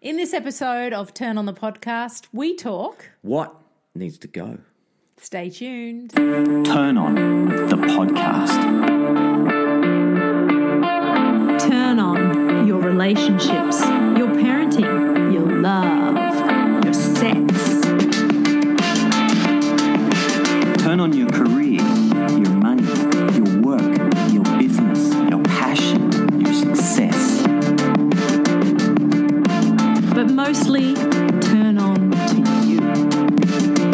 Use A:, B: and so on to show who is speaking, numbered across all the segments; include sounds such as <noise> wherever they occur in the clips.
A: In this episode of Turn on the Podcast, we talk.
B: What needs to go?
A: Stay tuned.
C: Turn on the podcast.
D: turn on your relationships, your parenting, your love, your sex.
C: Turn on your career, your money, your work, your business, your passion, your success.
D: But mostly, turn on to you.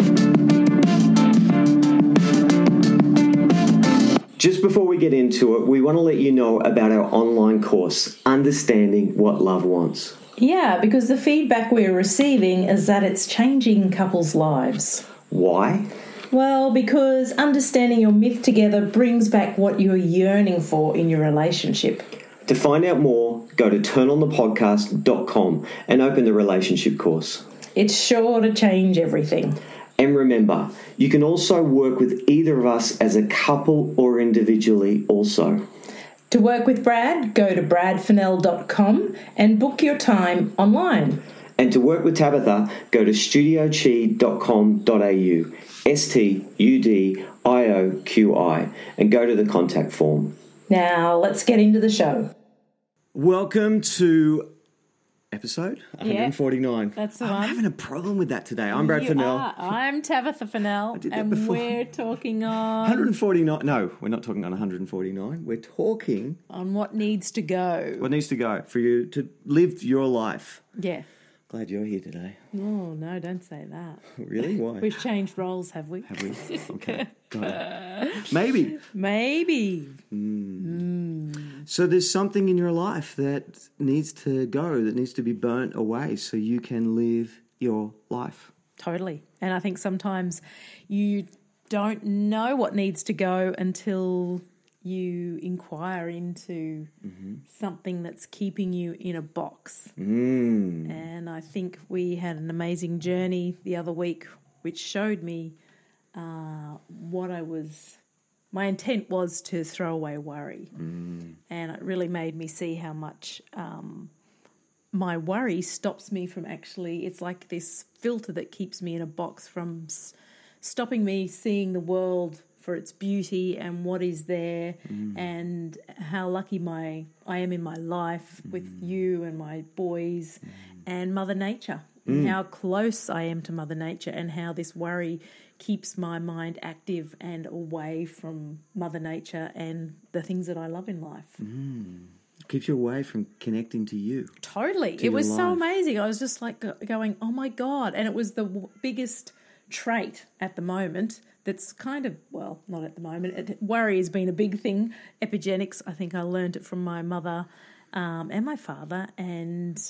B: Just before we get into it, we want to let you know about our online course, Understanding What Love Wants.
E: Yeah, because the feedback we're receiving is that it's changing couples' lives.
B: Why?
E: Well, because understanding your myth together brings back what you're yearning for in your relationship.
B: To find out more, go to turnonthepodcast.com and open the relationship course.
E: It's sure to change everything.
B: And remember, you can also work with either of us as a couple or individually, also.
E: To work with Brad, go to bradfennell.com and book your time online.
B: And to work with Tabitha, go to studiochi.com.au, S T U D I O Q I, and go to the contact form.
E: Now, let's get into the show.
B: Welcome to episode 149.
A: That's the
B: I'm
A: one.
B: having a problem with that today. I'm Brad
A: You
B: Fennell.
A: are. I'm Tabitha Fennell,
B: did that
A: and
B: before.
A: we're talking on
B: 149. No, we're not talking on 149. We're talking
A: on what needs to go.
B: what needs to go for you to live your life.
A: Yeah.
B: Glad you're here today.
A: Oh no, don't say that.
B: Really? Why?
A: We've changed roles, have we?
B: Have we? Okay. Got it. Maybe.
A: Maybe.
B: So there's something in your life that needs to go, that needs to be burnt away so you can live your life.
A: Totally. And I think sometimes you don't know what needs to go until you inquire into something that's keeping you in a box. Mm. And I think we had an amazing journey the other week, which showed me uh, what I was. My intent was to throw away worry, and it really made me see how much um, my worry stops me from actually it's like this filter that keeps me in a box from s- stopping me seeing the world for its beauty and what is there and how lucky my I am in my life with you and my boys and mother nature and how close I am to mother nature and how this worry keeps my mind active and away from mother nature and the things that I love in life
B: keeps you away from connecting to you.
A: Totally. It was so
B: life.
A: amazing. I was just like go- going, oh my God. And it was the w- biggest trait at the moment that's kind of, well, not at the moment. It, worry has been a big thing. Epigenics, I think I learned it from my mother um, and my father. And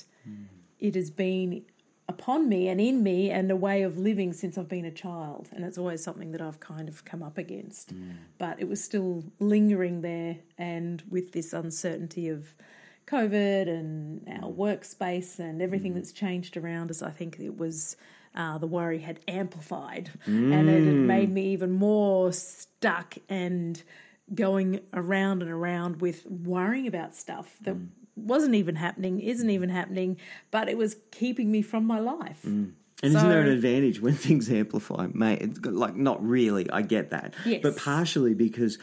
A: it has been upon me and in me and a way of living since I've been a child. And it's always something that I've kind of come up against. But it was still lingering there. And with this uncertainty of COVID and our workspace and everything that's changed around us, I think it was. Uh, the worry had amplified and it had made me even more stuck and going around and around with worrying about stuff that wasn't even happening, isn't even happening, but it was keeping me from my life.
B: And isn't
A: So-
B: there an advantage when things amplify, mate? It's got- like not really, I get that,
A: Yes.
B: but partially because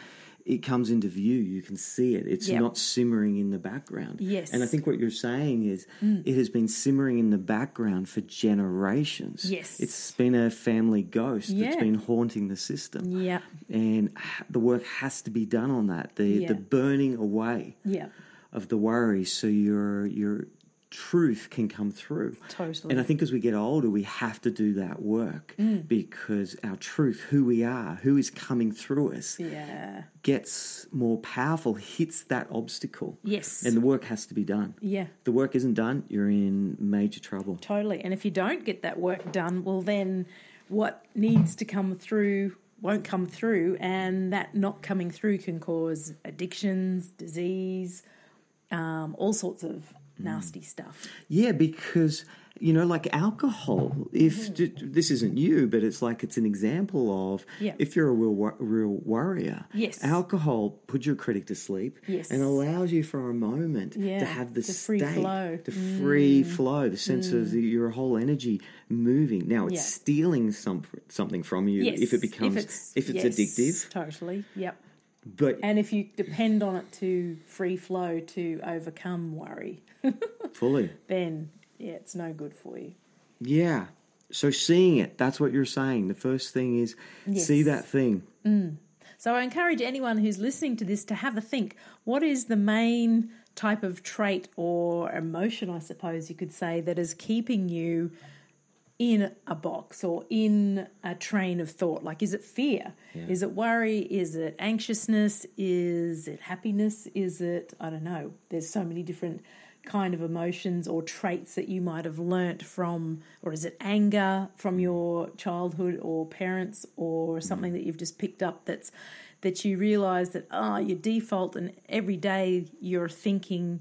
B: it comes into view, you can see it. It's
A: Yeah.
B: not simmering in the background.
A: Yes. Mm.
B: and I think what you're saying is it has been simmering in the background for generations.
A: Yes.
B: it's been a family ghost that's
A: Yeah.
B: been haunting the system.
A: Yeah.
B: and h- the work has to be done on that. The
A: Yeah.
B: the burning away
A: Yeah.
B: of the worry so your your truth can come through
A: Totally. Mm.
B: and i think as we get older we have to do that work because our truth who we are who is coming through us
A: Yeah.
B: gets more powerful hits that obstacle
A: Yes.
B: and the work has to be done
A: Yeah.
B: If the work isn't done you're in major trouble
A: Totally. And if you don't get that work done, well, then what needs to come through won't come through. And that not coming through can cause addictions, disease, um, all sorts of nasty stuff.
B: yeah because you know, like alcohol.
A: Mm.
B: If j- this isn't you, but it's like it's an example of
A: Yeah.
B: if you're a real, wor- real warrior,
A: Yes.
B: alcohol puts your critic to sleep
A: Yes.
B: and allows you for a moment
A: Yeah,
B: to have the,
A: the free
B: state,
A: flow. Mm.
B: the free flow, the sense of the, your whole energy moving. Now it's
A: Yeah.
B: stealing some, something from you
A: Yes.
B: if it becomes if it's, addictive.
A: Totally. Yep.
B: But
A: And if you depend on it to free flow to overcome worry,
B: fully,
A: then yeah, it's no good for you.
B: yeah. So seeing it, that's what you're saying. The first thing is see
A: Yes.
B: that thing.
A: So I encourage anyone who's listening to this to have a think. What is the main type of trait or emotion, I suppose you could say, that is keeping you in a box or in a train of thought? Like, is it fear? Is it worry? Is it anxiousness? Is it happiness? Is it, I don't know, there's so many different kind of emotions or traits that you might have learnt from or is it anger from your childhood or parents or something that you've just picked up that's that you realize that ah your default and every day your thinking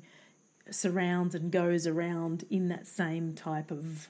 A: surrounds and goes around in that same type of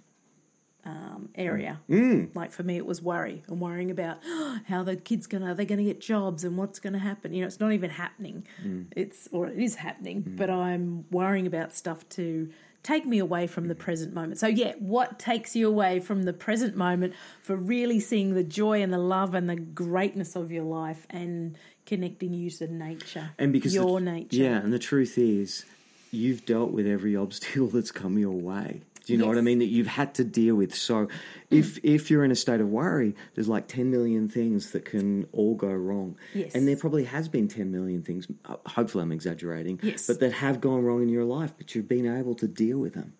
A: um, area.
B: Mm.
A: Like for me, it was worry and worrying about <gasps> how the kids gonna are they gonna get jobs and what's gonna happen. You know, it's not even happening.
B: Mm.
A: It's or it is happening, but I'm worrying about stuff to take me away from the present moment. So yeah, what takes you away from the present moment for really seeing the joy and the love and the greatness of your life and connecting you to nature
B: and because the-
A: your nature.
B: yeah and the truth is you've dealt with every obstacle <laughs> that's come your way do you know what i
A: Yes. Mm.
B: mean that you've had to deal with so if if you're in a state of worry there's like 10 million things that can all go wrong
A: Yes.
B: and there probably has been 10 million things uh, hopefully i'm exaggerating
A: Yes.
B: but that have gone wrong in your life but you've been able to deal with them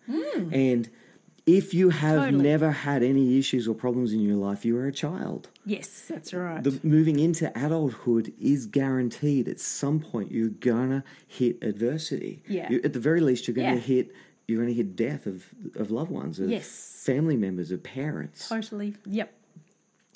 B: and if you have
A: Mm. Totally.
B: never had any issues or problems in your life you are a child
A: Yes, that's right.
B: the moving into adulthood is guaranteed at some point you're gonna hit adversity
A: Yeah.
B: you, at the very least you're gonna
A: Yeah.
B: hit you're gonna hit death of of loved ones of
A: Yes. Oh.
B: family members of parents
A: totally. Yep.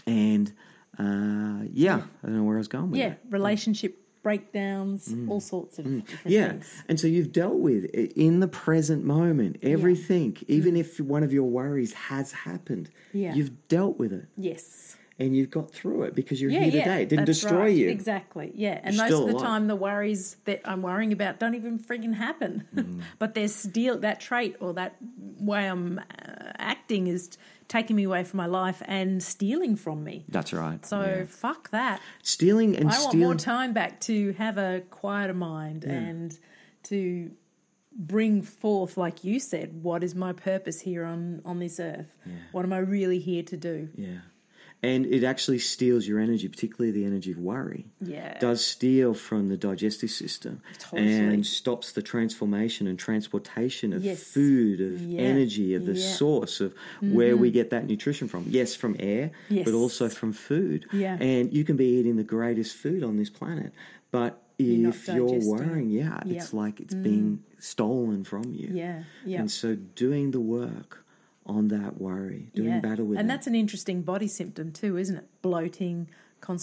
B: and uh, yeah i don't know where i was going with
A: Yeah,
B: that.
A: relationship breakdowns, all sorts of different
B: yeah
A: things.
B: and so you've dealt with i- in the present moment everything even if one of your worries has happened
A: Mm. Yeah.
B: you've dealt with it
A: Yes.
B: and you've got through it because you're
A: Yeah,
B: here
A: yeah.
B: today it didn't
A: that's
B: destroy
A: right.
B: you
A: Exactly. Yeah. And
B: You're
A: most of
B: still
A: the
B: alive.
A: time the worries that I'm worrying about don't even friggin' happen. <laughs>
B: Mm.
A: but there's still that trait or that way I'm uh, acting is taking me away from my life and stealing from me.
C: That's right.
A: So fuck that.
B: stealing and
A: I want
B: stealing
A: more time back to have a quieter mind and to bring forth, like you said, what is my purpose here on on this earth? What am I really here to do?
B: Yeah. And it actually steals your energy, particularly the energy of worry.
A: Yeah.
B: Does steal from the digestive system
A: Totally.
B: and stops the transformation and transportation of
A: Yes.
B: food, of
A: Yeah.
B: energy, of the
A: Yeah. Mm-hmm.
B: source of where we get that nutrition from. Yes, from air,
A: Yes.
B: but also from food.
A: Yeah.
B: And you can be eating the greatest food on this planet, but
A: You're not
B: if you're
A: digesting it.
B: worrying, yeah, it's
A: Yep. Mm.
B: like it's being stolen from you.
A: Yeah, yeah.
B: And so doing the work on that worry, doing
A: yeah.
B: battle with
A: and
B: it.
A: that's an interesting body symptom too, isn't it? Bloating,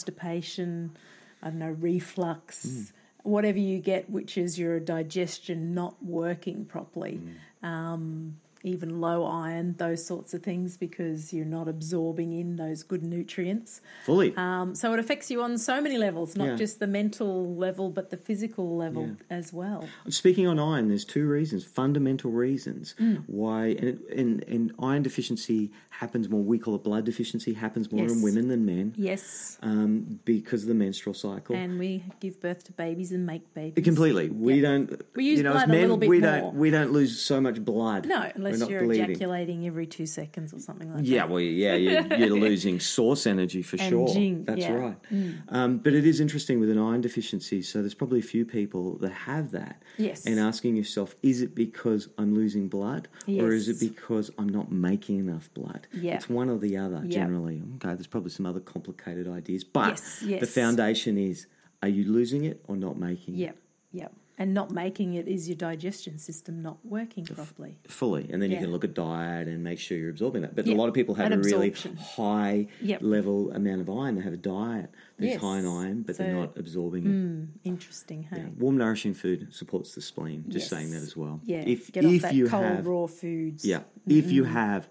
A: constipation, I don't know, reflux,
B: Mm.
A: whatever you get, which is your digestion not working properly.
B: Mm.
A: Um, even low iron, those sorts of things, because you're not absorbing in those good nutrients.
B: fully.
A: Um, so it affects you on so many levels, not
B: Yeah.
A: just the mental level, but the physical level as well.
B: Speaking on iron, there's two reasons, fundamental reasons
A: Hmm.
B: why, and, and and iron deficiency happens more. We call it blood deficiency. Happens more in
A: Yes.
B: women than men
A: Yes.
B: um, because of the menstrual cycle.
A: And we give birth to babies and make babies.
B: Completely, we
A: Yeah.
B: don't.
A: We use
B: you know, as
A: blood a
B: men,
A: little bit
B: we
A: more.
B: don't. We don't lose so much blood.
A: No,
B: We're
A: unless
B: not
A: you're
B: bleeding.
A: ejaculating every two seconds or something like
B: Yeah,
A: that.
B: well,
A: <laughs>
B: yeah, you're, you're losing source energy for
A: And
B: sure.
A: jing,
B: That's
A: yeah. Mm.
B: right. Um, but it is interesting with an iron deficiency. So there's probably a few people that have that.
A: Yes.
B: And asking yourself, is it because I'm losing blood, or is
A: Yes.
B: it because I'm not making enough blood?
A: Yeah.
B: It's one or the other
A: Yeah.
B: generally. Okay, there's probably some other complicated ideas, but
A: Yes,
B: the
A: yes.
B: foundation is: are you losing it or not making it?
A: Yep, yep. and not making it is your digestion system not working properly.
B: fully and then
A: Yeah.
B: you can look at diet and make sure you're absorbing that but
A: Yeah,
B: a lot of people have
A: and
B: a really
A: absorption.
B: high
A: Yep.
B: level amount of iron they have a diet that's
A: Yes.
B: high in iron but they're
A: So- Mm.
B: not absorbing
A: Interesting, hey?
B: it Yeah. warm nourishing food supports the spleen just saying that
A: Yes.
B: as well
A: Yeah.
B: if
A: Get
B: if
A: off that
B: you
A: cold
B: have
A: raw foods.
B: yeah if you have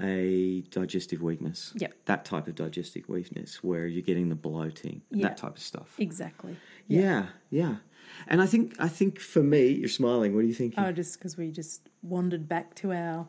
B: a digestive weakness
A: Yep.
B: that type of digestive weakness where you're getting the bloating
A: Yeah.
B: that type of stuff
A: Exactly.
B: yeah. yeah and i think i think for me you're smiling what do you think
A: Oh, just because we just wandered back to our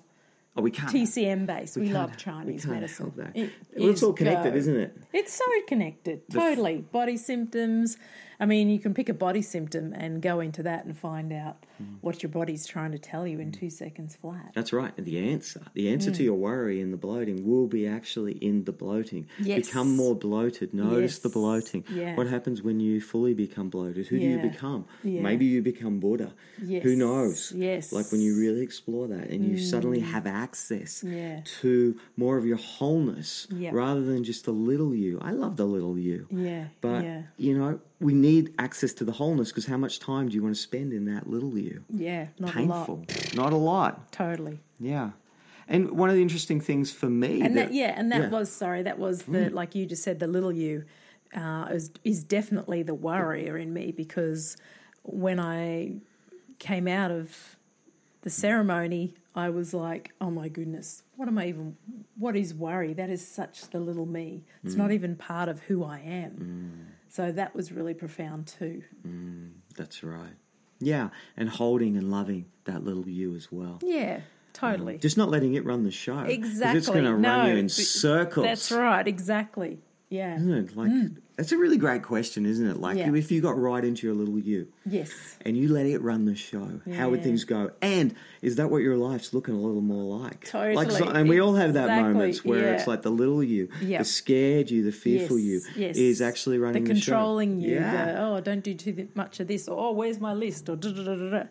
B: oh we can't
A: TCM base. We,
B: can't-
A: love Chinese
B: we can't
A: medicine.
B: help that.
A: It
B: Well, it's
A: is
B: all connected
A: go.
B: isn't it
A: It's so connected, totally. body symptoms. I mean, you can pick a body symptom and go into that and find out
B: Mm.
A: what your body's trying to tell you in two seconds flat.
B: That's right. And the answer, the answer
A: Hmm.
B: to your worry and the bloating will be actually in the bloating.
A: Yes.
B: Become more bloated. Notice the
A: Yes.
B: bloating.
A: Yeah.
B: What happens when you fully become bloated? Who do
A: Yeah.
B: you become?
A: Yeah.
B: Maybe you become Buddha.
A: Yes.
B: Who knows?
A: Yes. Hmm.
B: Like when you really explore that and you suddenly have access
A: Yeah.
B: to more of your wholeness
A: Yeah.
B: rather than just the little you. I love the little you.
A: Yeah,
B: But,
A: yeah.
B: you know, we need access to the wholeness because how much time do you want to spend in that little you?
A: Yeah, not a lot.
B: Painful. Not a lot.
A: Totally.
B: Yeah. And one of the interesting things for me
A: And that, yeah, Hmm. and that was sorry, that was the like you just said, the little you uh, is is definitely the worrier in me because when I came out of the ceremony, I was like, oh my goodness, what am I even? What is worry? That is such the little me. It's not even part of who I am. So that was really profound too.
B: That's right. Yeah, and holding and loving that little you as well.
A: Yeah, totally.
B: Just not letting it run the show. 'cause
A: exactly.
B: It's going to
A: no,
B: run you in
A: but-
B: circles.
A: That's right. Exactly. Yeah.
B: Isn't it? Like that's a really great question, isn't it? Like
A: Yeah.
B: if you got right into your little you
A: Yes.
B: and you let it run the show, how would
A: Yeah.
B: things go? And is that what your life's looking a little more like? Like,
A: Totally.
B: so- and we all have that
A: Exactly.
B: moments where
A: Yeah.
B: it's like the little you,
A: Yeah.
B: the scared you, the fearful
A: yes,
B: you,
A: yes.
B: is actually running
A: the
B: the, show.
A: controlling you.
B: Yeah.
A: The, oh, don't do too much of this. Or oh, where's my list? Or da da da da. da.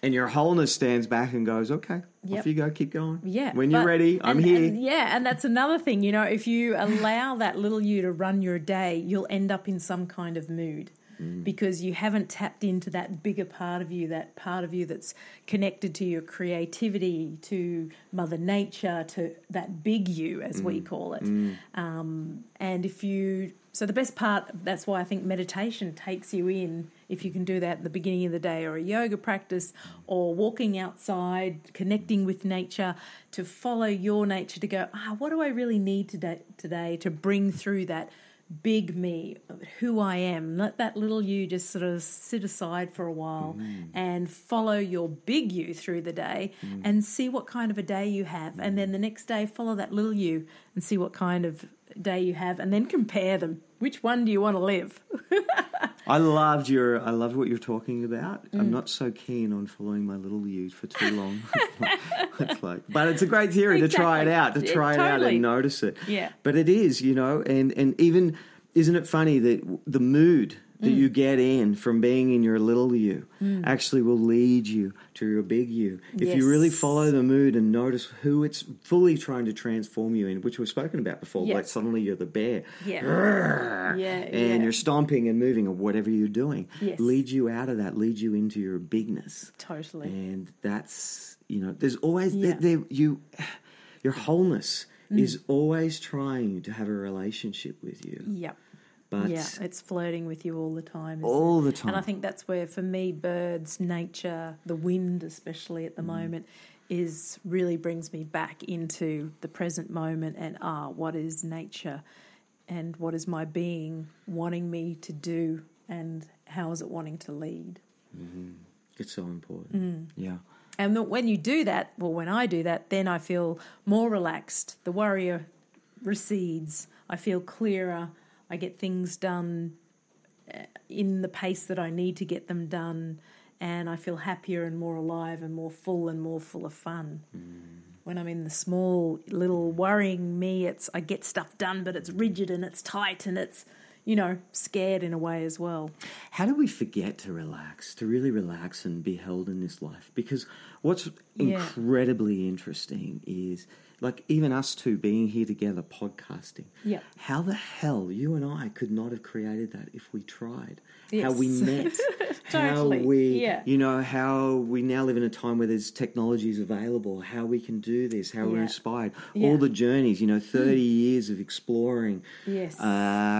B: And your wholeness stands back and goes, okay,
A: Yep.
B: off you go, keep going.
A: Yeah.
B: When you're
A: but-
B: ready, I'm
A: and-
B: here.
A: and- yeah, and that's another thing. You know, if you allow that little you to run your day, you'll end up in some kind of mood.
B: Mm.
A: Because you haven't tapped into that bigger part of you, that part of you that's connected to your creativity, to Mother Nature, to that big you, as
B: Mm.
A: we call it. And if you, so the best part, that's why I think meditation takes you in. If you can do that at the beginning of the day, or a yoga practice, or walking outside, connecting with nature, to follow your nature, to go, ah, what do I really need today, today to bring through that big me, who I am? Let that little you just sort of sit aside for a while
B: Mm.
A: and follow your big you through the day and see what kind of a day you have. And then the next day, follow that little you and see what kind of day you have and then compare them. Which one do you want to live?
B: I loved your, I loved what you're talking about.
A: Mm.
B: I'm not so keen on following my little you for too long. <laughs> it's like, but it's a great theory to try it
A: Exactly.
B: out, to
A: Yeah,
B: try it out
A: totally.
B: and notice it.
A: Yeah.
B: But it is, you know, and and even isn't it funny that w- the mood that
A: Mm.
B: you get in from being in your little you actually will lead you to your big you. If you really
A: Yes.
B: follow the mood and notice who it's fully trying to transform you in, which we've spoken about before,
A: Yeah.
B: like suddenly you're the bear.
A: Yeah. Yeah,
B: and
A: Uh, yeah.
B: you're stomping and moving or whatever you're doing
A: Yes.
B: lead you out of that lead you into your bigness
A: Totally.
B: and that's you know there's always
A: Yeah. Mm.
B: there, there you <sighs> your wholeness is always trying to have a relationship with you
A: Yep.
B: but
A: yeah, it's flirting with you all the time. isn't
B: All
A: it?
B: the time.
A: And I think that's where, for me, birds, nature, the wind, especially at the moment, is really brings me back into the present moment and ah, what is nature and what is my being wanting me to do and how is it wanting to lead?
B: it's so
A: Mm.
B: important yeah
A: And that when you do that, well, when I do that, then I feel more relaxed. The warrior recedes. I feel clearer. I get things done uh, in the pace that I need to get them done. And I feel happier and more alive and more full and more full of fun.
B: Mm.
A: When I'm in the small, little worrying me, it's I get stuff done, but it's rigid and it's tight and it's, you know, scared in a way as well.
B: how do we forget to relax to really relax and be held in this life because What's
A: Yeah.
B: incredibly interesting is like even us two being here together podcasting.
A: Yep.
B: How the hell you and I could not have created that if we tried.
A: <laughs>
B: How we
A: Yes.
B: met.
A: Totally.
B: How we
A: Yeah.
B: you know, how we now live in a time where there's technologies available, how we can do this, how we're
A: Yeah.
B: inspired.
A: Yeah. Hmm.
B: All the journeys, you know, 30 years of exploring
A: Yes.
B: uh,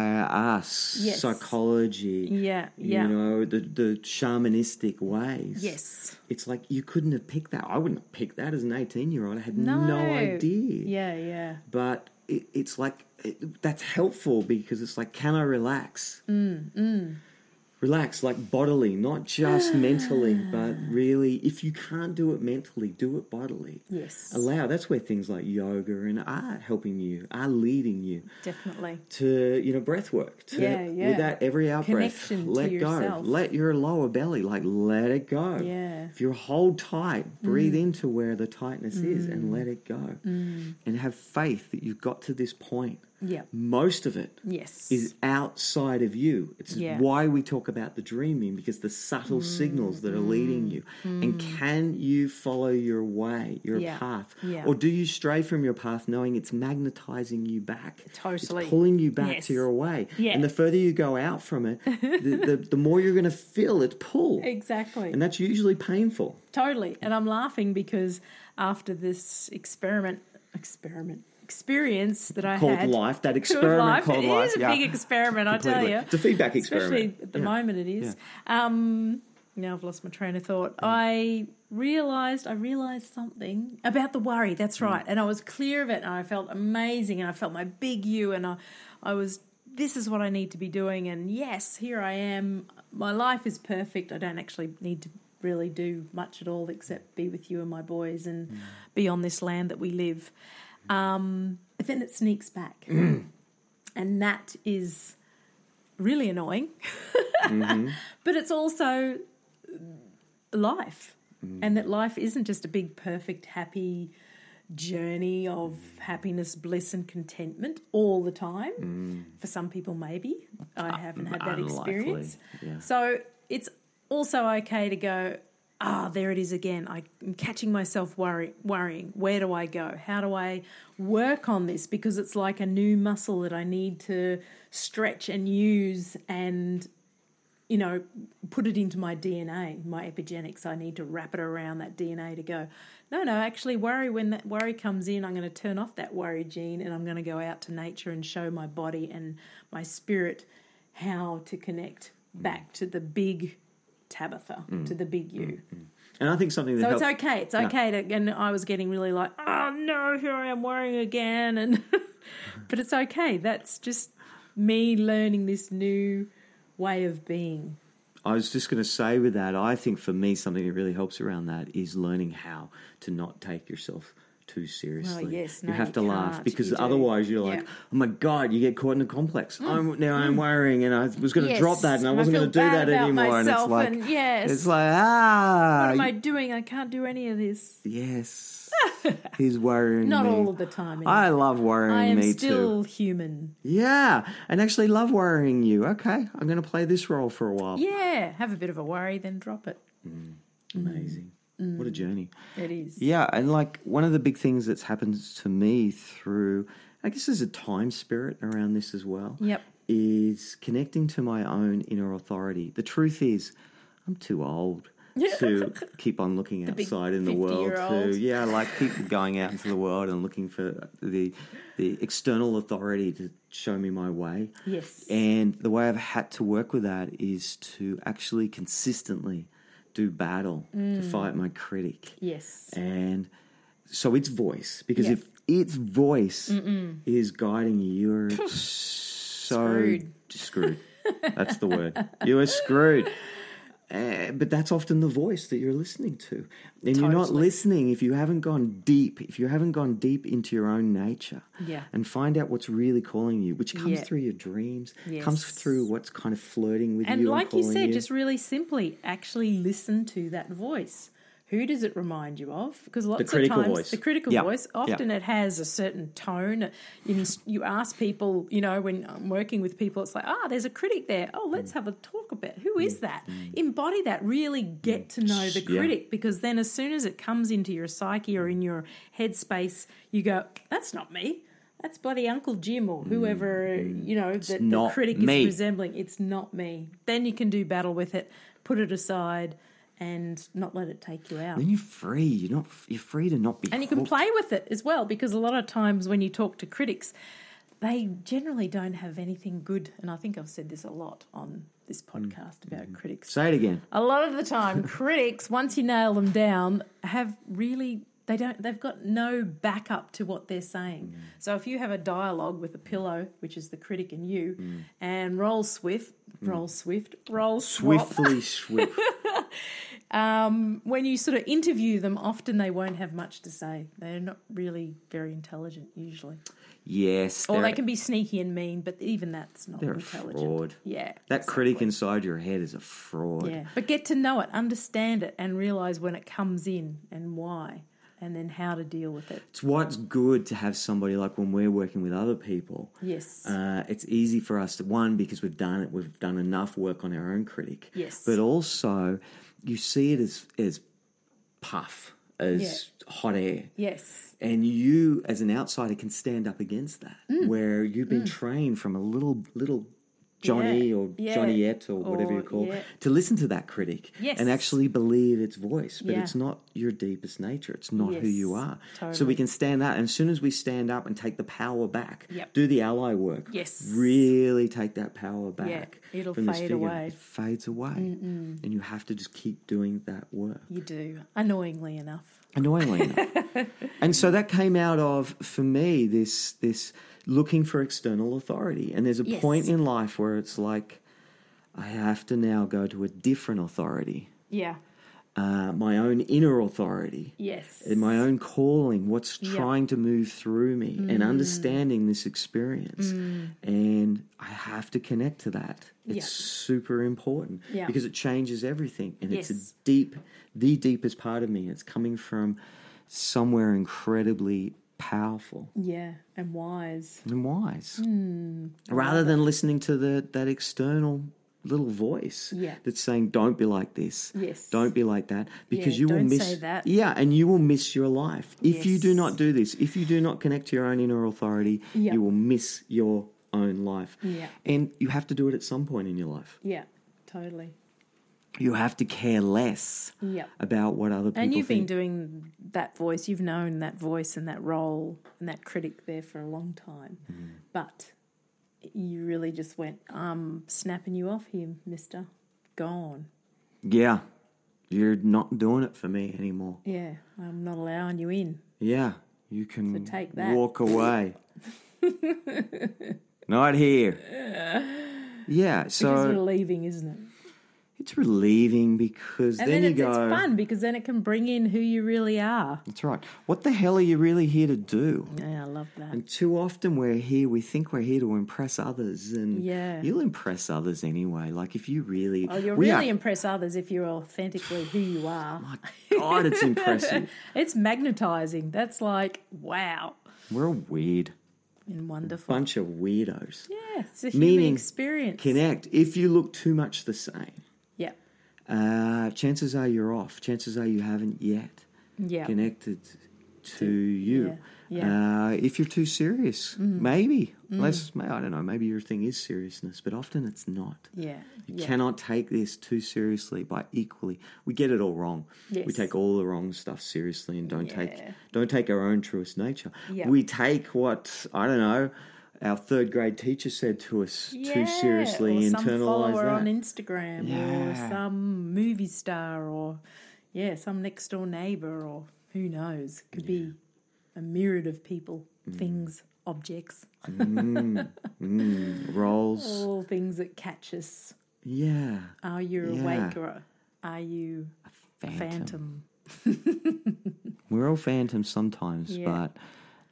B: us,
A: Yes.
B: psychology,
A: Yeah, yeah.
B: you know, the, the shamanistic ways.
A: Yes.
B: It's like you couldn't have picked that. I wouldn't have picked that as an 18 year old. I had no, idea.
A: Yeah, yeah.
B: But it, it's like, it, that's helpful because it's like, can I relax? Mm, mm. Relax, like bodily, not
A: <sighs>
B: just mentally, but really, if you can't do it mentally, do it bodily.
A: Yes.
B: Allow. That's where things like yoga and art helping you, are leading you
A: Definitely.
B: to you know breath work to,
A: Yeah, yeah.
B: without every out breath
A: Connection to
B: let go
A: yourself.
B: let your lower belly like let it go
A: Yeah. Mm.
B: if you hold tight breathe into where the tightness is and let it go and have faith that you've got to this point
A: Yeah.
B: most of it is
A: Yes.
B: outside of you it's
A: Yeah. Mm.
B: why we talk about the dreaming because the subtle signals that are leading you and can you follow your way your
A: Yeah.
B: path
A: Yeah.
B: or do you stray from your path knowing it's magnetizing you back
A: Totally.
B: it's pulling you back
A: Yes.
B: to your way.
A: Yeah.
B: And the further you go out from it, the, the, the more you're going to feel it pull.
A: Exactly.
B: And that's usually painful.
A: Totally. And I'm laughing because after this experiment, experiment, experience that I
B: Called
A: had.
B: life,
A: <laughs>
B: that
A: Called
B: experiment
A: life,
B: called
A: it
B: life,
A: is a
B: yeah.
A: big experiment, I tell
B: <laughs> Completely.
A: you.
B: It's a feedback
A: Especially
B: experiment.
A: at the
B: Yeah.
A: moment it is. Um, now I've lost my train of thought.
B: Mm.
A: I realized I realized something about the worry.
B: Mm.
A: That's right, and I was clear of it, and I felt amazing, and I felt my big you, and I, I was. This is what I need to be doing, and yes, here I am. My life is perfect. I don't actually need to really do much at all except be with you and my boys and
B: Mm.
A: be on this land that we live. Um, but then it sneaks back, and that is really annoying but it's also life
B: Mm.
A: and that life isn't just a big perfect happy journey of happiness bliss and contentment all the time for some people maybe i haven't had that
B: Mm. unlikely,
A: experience
B: yeah.
A: so it's also okay to go ah there it is again i'm catching myself worry, worrying where do i go how do i work on this because it's like a new muscle that i need to stretch and use and you know, put it into my DNA, my epigenetics. I need to wrap it around that DNA to go, no, no, actually, worry, when that worry comes in, I'm going to turn off that worry gene and I'm going to go out to nature and show my body and my spirit how to connect back to the big Tabitha, to the big you.
B: And I think something that
A: So
B: helps.
A: it's okay. It's okay to, and I was getting really like, oh no, here I am worrying again, and <laughs> but it's okay. That's just me learning this new way of being.
B: I was just going to say with that, I think for me, something that really helps around that is learning how to not take yourself too seriously.
A: yes,
B: you
A: no,
B: have
A: you
B: to laugh
A: can't,
B: because
A: you do.
B: otherwise you're
A: Yeah. Mm,
B: like, oh my god, you get caught in a complex. I'm now I'm worrying, and I was going to drop
A: Yes,
B: that, and I
A: and I
B: wasn't
A: feel
B: going to do
A: bad
B: that
A: about
B: anymore. And it's
A: myself,
B: like,
A: and yes.
B: it's like ah,
A: What am I doing? I can't do any of this. <laughs>
B: Yes. He's worrying
A: Not
B: me.
A: all of the time. anyway.
B: I love worrying
A: I am
B: me too.
A: still human.
B: Yeah. And actually love worrying you. Okay. I'm going to play this role for a while.
A: Yeah, have a bit of a worry, then drop it.
B: Amazing.
A: Mm.
B: What a journey.
A: It is.
B: Yeah. And like one of the big things that's happened to me through, I guess there's a time spirit around this as well.
A: Yep.
B: Is connecting to my own inner authority. The truth is, I'm too old.
A: <laughs>
B: to keep on looking
A: big
B: outside in the world, to
A: 50-year-old.
B: yeah, like keep going out into the world and looking for the the external authority to show me my way.
A: Yes.
B: And the way I've had to work with that is to actually consistently do battle to fight my critic.
A: Yes.
B: And so its voice, because
A: Yeah.
B: if its voice is
A: <laughs>
B: guiding you, you're so
A: Screwed. <laughs>
B: screwed. That's the word. You are screwed. Uh, but that's often the voice that you're listening to. And you're not
A: Totally.
B: listening if you haven't gone deep, if you haven't gone deep into your own nature
A: Yeah.
B: and find out what's really calling you, which comes
A: Yeah.
B: through your dreams, comes
A: Yes.
B: through what's kind of flirting with
A: And
B: you.
A: like you
B: calling
A: said, just really simply, actually listen to that voice. Who does it remind you of? Because lots
F: critical
A: of times
F: voice.
A: the critical
B: Yeah.
A: voice
B: Yeah.
A: often it has a certain tone. You, you ask people, you know, when I'm working with people, it's like, ah, there's a critic there. Oh, let's have a talk about who is that. Embody that. Really get to know the
F: Yeah.
A: critic because then as soon as it comes into your psyche or in your headspace, you go, that's not me. That's bloody Uncle Jim or whoever you know that the
F: not
A: critic
F: me.
A: is resembling. It's not me. Then you can do battle with it, put it aside, and not let it take you out.
B: Then you're free. You're not. You're free to not be.
A: And you can
B: hooked.
A: play with it as well, because a lot of times when you talk to critics, they generally don't have anything good. And I think I've said this a lot on this podcast about critics.
B: Say it again.
A: A lot of the
B: <laughs>
A: time, critics, once you nail them down, have really they don't they've got no backup to what they're saying.
B: Mm.
A: So if you have a dialogue with a pillow, which is the critic and you,
B: Mm.
A: and roll swift, roll swift, roll swap,
B: Swiftly Mm. swift.
A: <laughs> when you sort of interview them, often they won't have much to say. They're not really very intelligent usually,
B: Yes.
A: or
B: they're-
A: they can be sneaky and mean, but even that's not
B: They're a
A: intelligent.
B: fraud.
A: Yeah,
B: That critic inside your head is a fraud.
A: Yeah, but get to know it, understand it, and realize when it comes in and why, and then how to deal with it.
B: It's why it's good to have somebody like when we're working with other people.
A: Yes.
B: Uh, it's easy for us to one because we've done it. We've done enough work on our own critic.
A: Yes.
B: But also, you see it as as puff, as hot air.
A: yes,
B: And you, as an outsider, can stand up against that,
A: Mm.
B: where you've been trained from a little little Johnny
A: Yeah,
B: or
A: yeah.
B: Johnnyette or, whatever
A: Or,
B: you call,
A: yeah.
B: to listen to that critic
A: Yes.
B: and actually believe its voice. But
A: Yeah.
B: it's not your deepest nature; it's not who you
A: Yes,
B: are. So
A: totally.
B: we can stand that. And as soon as we stand up and take the power back,
A: Yep.
B: do the ally work.
A: Yes.
B: really take that power back.
A: it'll
B: from this
A: fade
B: figure.
A: away.
B: It fades away, and you have to just keep doing that work
A: you do, annoyingly enough.
B: annoyingly enough. and so that came out of for me this this looking for external authority and there's a
A: Yes.
B: point in life where it's like i have to now go to a different authority
A: Yeah.
B: uh, my own inner authority
A: Yes.
B: in my own calling, what's trying to move through me, and
A: Mm.
B: understanding this experience. And I have to connect to that. It's
A: Yeah.
B: super important
A: Yeah.
B: because it changes everything. And it's
A: Yes.
B: a deep, the deepest part of me. It's coming from somewhere incredibly powerful
A: yeah, and wise.
B: and wise.
A: Hmm.
B: Rather than listening to the that external little voice
A: Yeah.
B: that's saying, "Don't be like this.
A: Yes.
B: Don't be like that," because
A: Yeah,
B: you will
A: don't
B: miss
A: say that.
B: Yeah, and you will miss your life if you do
A: Yes.
B: not do this. If you do not connect to your own inner authority,
A: Yeah.
B: you will miss your own life.
A: Yeah.
B: And you have to do it at some point in your life.
A: Yeah, totally.
B: You have to care less
A: Yeah.
B: about what other people
A: And you've been
B: think.
A: doing that voice, you've known that voice and that role and that critic there for a long time.
B: Mm-hmm.
A: But you really just went, I'm snapping you off here, mister. Gone.
B: yeah. You're not doing it for me anymore.
A: Yeah, I'm not allowing you in.
B: Yeah, you can
A: take that. <laughs>
B: walk away.
A: <sighs>
B: Not here. Yeah,
A: Because
B: so
A: relieving, isn't it?
B: it's relieving because
A: And then,
B: then, you
A: it's,
B: go.
A: it's fun because then it can bring in who you really are.
B: That's right. What the hell are you really here to do?
A: Yeah, I love that.
B: And too often we're here, we think we're here to impress others, and
A: Yeah.
B: you'll impress others anyway. Like if you really,
A: Oh, you'll
B: we
A: really
B: are-
A: impress others if you're authentically who
B: <sighs>
A: you are.
B: my God,
A: <laughs>
B: it's impressive.
A: It's magnetizing. That's like wow
B: We're a weird
A: and wonderful.
B: bunch of weirdos.
A: Yeah, it's a human
B: Meaning,
A: experience.
B: Connect. If you look too much the same,
A: yeah,
B: uh, chances are you're off. Chances are you haven't yet
A: yeah,
B: connected to you.
A: yeah, yeah. Mm-hmm.
B: Uh, if you're too serious, maybe. Unless, may- I don't know, maybe your thing is seriousness, but often it's not.
A: yeah,
B: You
A: yeah.
B: cannot take this too seriously by equally. We get it all wrong. We
A: Yes.
B: take all the wrong stuff seriously and don't take
A: Yeah.
B: don't take our own truest nature.
A: Yeah.
B: We take what I don't know our third grade teacher said to us too
A: Yeah,
B: seriously
A: or
B: and
A: some
B: internalize
A: follower
B: that.
A: on Instagram
B: Yeah.
A: or some movie star or yeah, some next door neighbor or who knows. Could be a myriad of people,
B: Mm.
A: things, objects,
B: Roles.
A: all things that catch us.
B: Yeah.
A: Are you
B: Yeah.
A: awake or are you a phantom?
B: We're all phantoms sometimes,
A: Yeah.
B: but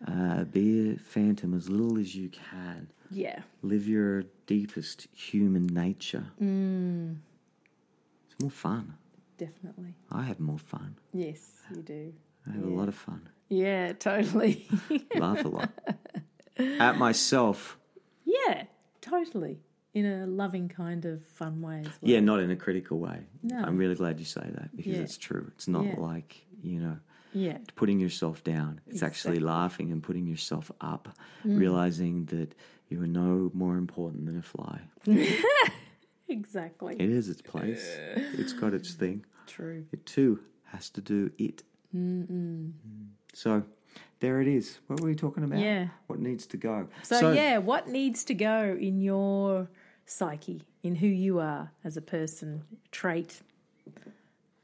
B: uh, be a phantom as little as you can.
A: Yeah.
B: Live your
A: Mm.
B: deepest human nature. It's more fun.
A: definitely.
B: I have more fun.
A: Yes, you do.
B: I have a lot of fun.
A: Yeah, <laughs> totally.
B: Laugh a lot.
A: <laughs>
B: At myself.
A: yeah, totally. In a loving kind of fun way as well.
B: Yeah, not in a critical way.
A: No.
B: I'm really glad you say that because
A: Yeah.
B: it's true. It's not
A: Yeah.
B: like, you know,
A: Yeah.
B: putting yourself down. It's actually laughing and putting yourself up,
A: Mm.
B: realizing that you are no more important than a fly.
A: Exactly.
B: It is its place. it's got its thing.
A: True.
B: It too has to do it. Mm-mm. So there it is. What were we talking about?
A: Yeah.
B: What needs to go?
A: So, yeah, what needs to go in your psyche, in who you are as a person, trait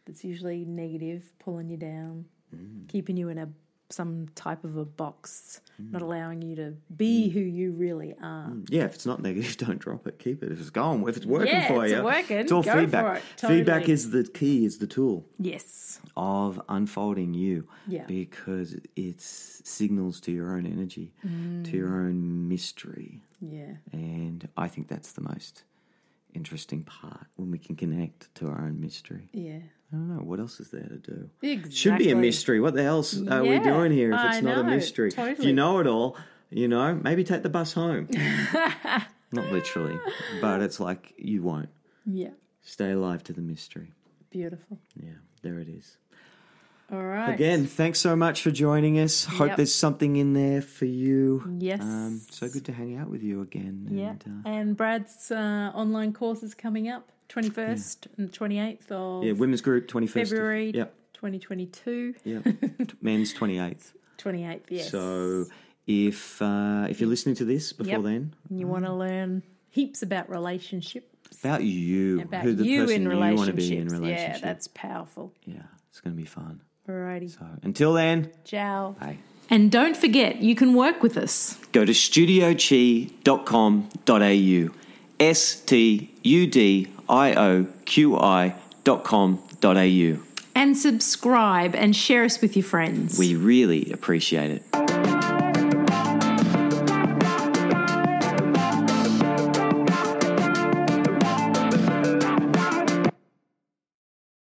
A: that's usually negative, pulling you down,
B: Mm.
A: keeping you in a some type of a box,
B: Mm.
A: not allowing you to be who you really are.
B: Yeah, if it's not negative, <laughs> don't drop it. Keep it. If it's going, if it's working
A: Yeah,
B: for
A: it's
B: you,
A: working,
B: it's all
A: go
B: feedback.
A: for it, totally.
B: Feedback is the key, is the tool
A: Yes.
B: of unfolding you
A: Yeah.
B: because it's signals to your own energy, to your
A: Mm.
B: own mystery.
A: Yeah.
B: And I think that's the most interesting part when we can connect to our own mystery.
A: Yeah.
B: I don't know. What else is there to do?
A: Exactly.
B: Should be a mystery. What the hell are we
A: Yeah,
B: doing here if
A: I
B: it's not a
A: know,
B: mystery? If
A: totally.
B: you know it all, you know, maybe take the bus
A: <laughs>
B: home. not literally, but it's like you won't.
A: Yeah.
B: Stay alive to the mystery.
A: Beautiful.
B: Yeah, there it is.
A: All right.
B: Again, thanks so much for joining us. Hope
A: Yep.
B: there's something in there for you.
A: Yes.
B: Um, so good to hang out with you again.
A: Yeah.
B: And, uh,
A: and Brad's uh, online course is coming up 21st and 28th of
B: uh, yeah, women's group, 21st. of-
A: February
B: Yep.
A: 2022.
B: Yep.
A: <laughs>
B: Men's 28th.
A: 28th, yes.
B: So if uh, if you're listening to this before
A: Yep.
B: then,
A: And you want to learn heaps about relationship,
B: about you,
A: about
B: who the
A: you
B: person
A: in
B: you
A: relationships.
B: want to be in relationship.
A: Yeah, that's powerful.
B: Yeah, it's going to be fun.
A: Alrighty,
B: So until then,
A: ciao.
B: bye.
A: And don't forget, you can work with us.
B: Go to studiochi.com.au. S T U D I O Q I dot com dot au.
A: And subscribe and share us with your friends.
B: We really appreciate it.